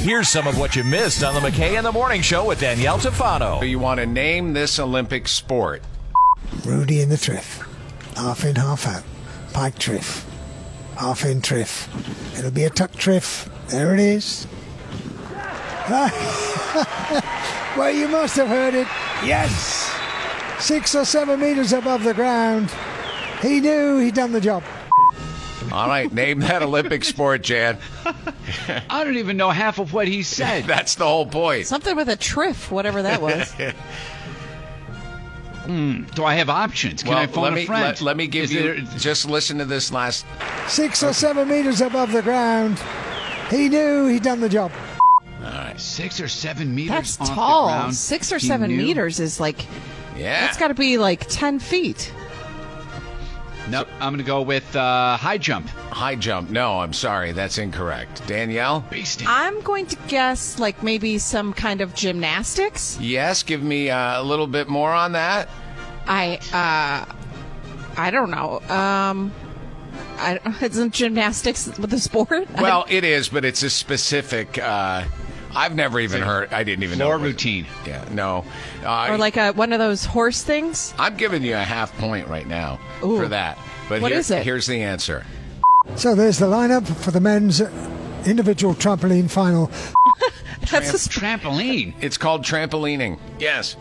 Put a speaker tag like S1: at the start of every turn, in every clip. S1: Here's some of what you missed on the McKay in the Morning Show with Danielle Tafano.
S2: You want to name this Olympic sport.
S3: Rudy in the triff. Half in, half out. Pike triff. Half in triff. It'll be a tuck triff. There it is. well, you must have heard it. Yes! Six or seven meters above the ground. He knew he'd done the job.
S2: All right, name that Olympic sport, Jan.
S4: I don't even know half of what he said.
S2: That's the whole point.
S5: Something with a triff, whatever that was.
S4: Do I have options? Can
S2: well,
S4: I phone
S2: let
S4: a
S2: me
S4: friend?
S2: Let, let me give
S4: Is
S2: you.
S4: there-
S2: just listen to this last.
S3: Six or seven meters above the ground. He knew he'd done the job.
S4: six or seven meters.
S5: That's
S4: off the
S5: tall.
S4: ground.
S5: Six or
S4: He
S5: seven
S4: knew.
S5: meters is like,
S2: Yeah.
S5: that's got to be like 10 feet.
S4: Nope. I'm going to go with uh, high jump.
S2: High jump. No, I'm sorry. That's incorrect. Danielle?
S4: Big stand.
S5: I'm going to guess like maybe some kind of gymnastics.
S2: Yes, give me uh, a little bit more on that.
S5: I, uh, I don't know. Um, I, isn't gymnastics with the sport? I-
S2: Well, it is, but it's a specific. Uh, I've never even
S4: It's a
S2: heard. I didn't even know.
S4: floor
S2: it was-
S4: routine.
S2: Yeah, no. Uh,
S5: or like a, one of those horse things?
S2: I'm giving you a half point right now
S5: Ooh.
S2: for that. But
S5: What
S2: here-
S5: is it?
S2: here's the answer.
S3: So there's the lineup for the men's individual trampoline final.
S5: That's a sp-
S4: Trampoline.
S2: It's called trampolining. Yes.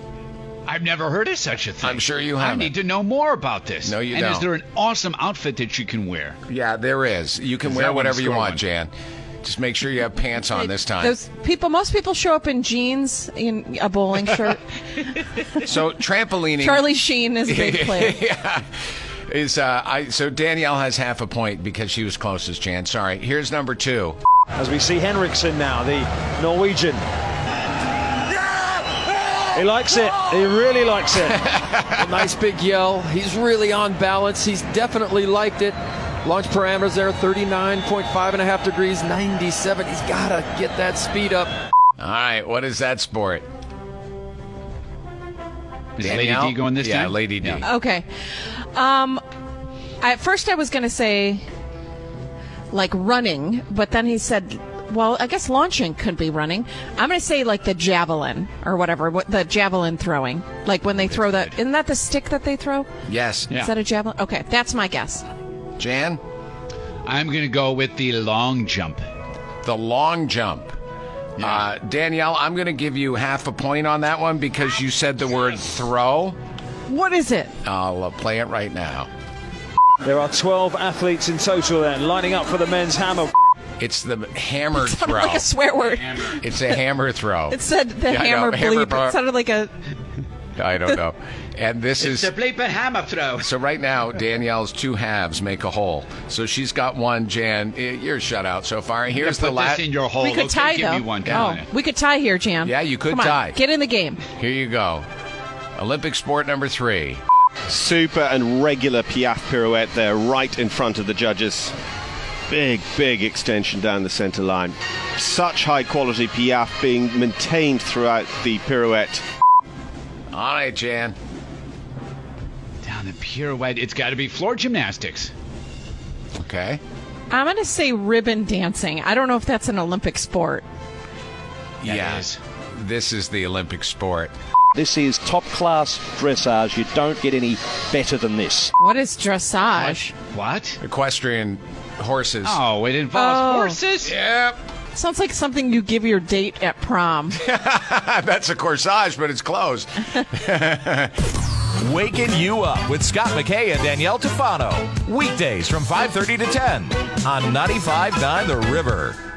S4: I've never heard of such a thing.
S2: I'm sure you
S4: I
S2: haven't.
S4: need to know more about this.
S2: No, you
S4: and
S2: don't.
S4: is there an awesome outfit that you can wear?
S2: Yeah, there is. You can
S4: Is
S2: wear
S4: that when
S2: whatever you
S4: score
S2: want,
S4: one?
S2: Jan. Just make sure you have pants on this time.
S5: Those people, most people show up in jeans in a bowling shirt.
S2: so trampolining.
S5: Charlie Sheen is a big player.
S2: yeah. Is uh, I so Danielle has half a point because she was closest, Jan. Sorry. Here's number two.
S6: as we see Henriksen now, the Norwegian. He likes it. He really likes it.
S7: A nice big yell. He's really on balance. He's definitely liked it. Launch parameters there 39.5 and a half degrees, 97. He's got to get that speed up.
S2: All right, what is that sport?
S4: Is
S2: Danielle?
S4: Lady D going this
S2: yeah,
S4: time?
S2: Lady D.
S4: Yeah.
S5: Okay. Um, at first I was going to say like running, but then he said, well, I guess launching could be running. I'm going to say like the javelin or whatever, what, the javelin throwing. Like when they throw that, isn't that the stick that they throw?
S2: Yes.
S4: Yeah.
S5: Is that a javelin? Okay, that's my guess.
S2: Jan,
S4: I'm going to go with the long jump.
S2: the long jump. Uh, Danielle, I'm going to give you half a point on that one because you said the word throw.
S5: What is it?
S2: I'll uh, play it right now.
S6: There are 12 athletes in total then lining up for the men's hammer.
S2: It's the hammer
S5: It sounded
S2: throw.
S5: like a swear word.
S2: it's a hammer throw.
S5: It said the
S2: Yeah, I know,
S5: hammer
S2: hammer
S5: bleep.
S2: bar-
S5: it sounded like a
S2: I don't know. And this is
S4: bleeping hammer throw.
S2: so right now. Danielle's two halves make a whole. So she's got one. Jan, i- you're shut out so far. Here's
S4: put
S2: the last.
S4: this in your hole.
S5: we could
S4: okay?
S5: tie
S4: Give
S5: though.
S4: me one. Come
S5: Oh,
S4: on.
S5: we could tie here, Jan.
S2: Yeah, you could
S5: Come on,
S2: tie.
S5: get in the game.
S2: Here you go. Olympic sport number three.
S8: Super and regular Piaf pirouette there, right in front of the judges. Big, big extension down the centre line. Such high quality Piaf being maintained throughout the pirouette.
S2: All right, Jan.
S4: Down the pirouette. It's got to be floor gymnastics.
S2: Okay.
S5: I'm going to say ribbon dancing. I don't know if that's an Olympic sport.
S4: Yeah, it
S2: Yes.
S4: is.
S2: This is the Olympic sport.
S6: This is top class dressage. You don't get any better than this.
S5: What is dressage?
S4: What?
S2: Equestrian horses.
S4: Oh, it involves
S5: Oh.
S4: horses.
S2: Yep.
S5: Sounds like something you give your date at prom.
S2: That's a corsage, but it's closed.
S1: Waking you up with Scott McKay and Danielle Tafano. Weekdays from 5.30 to 10 on 95.9 The River.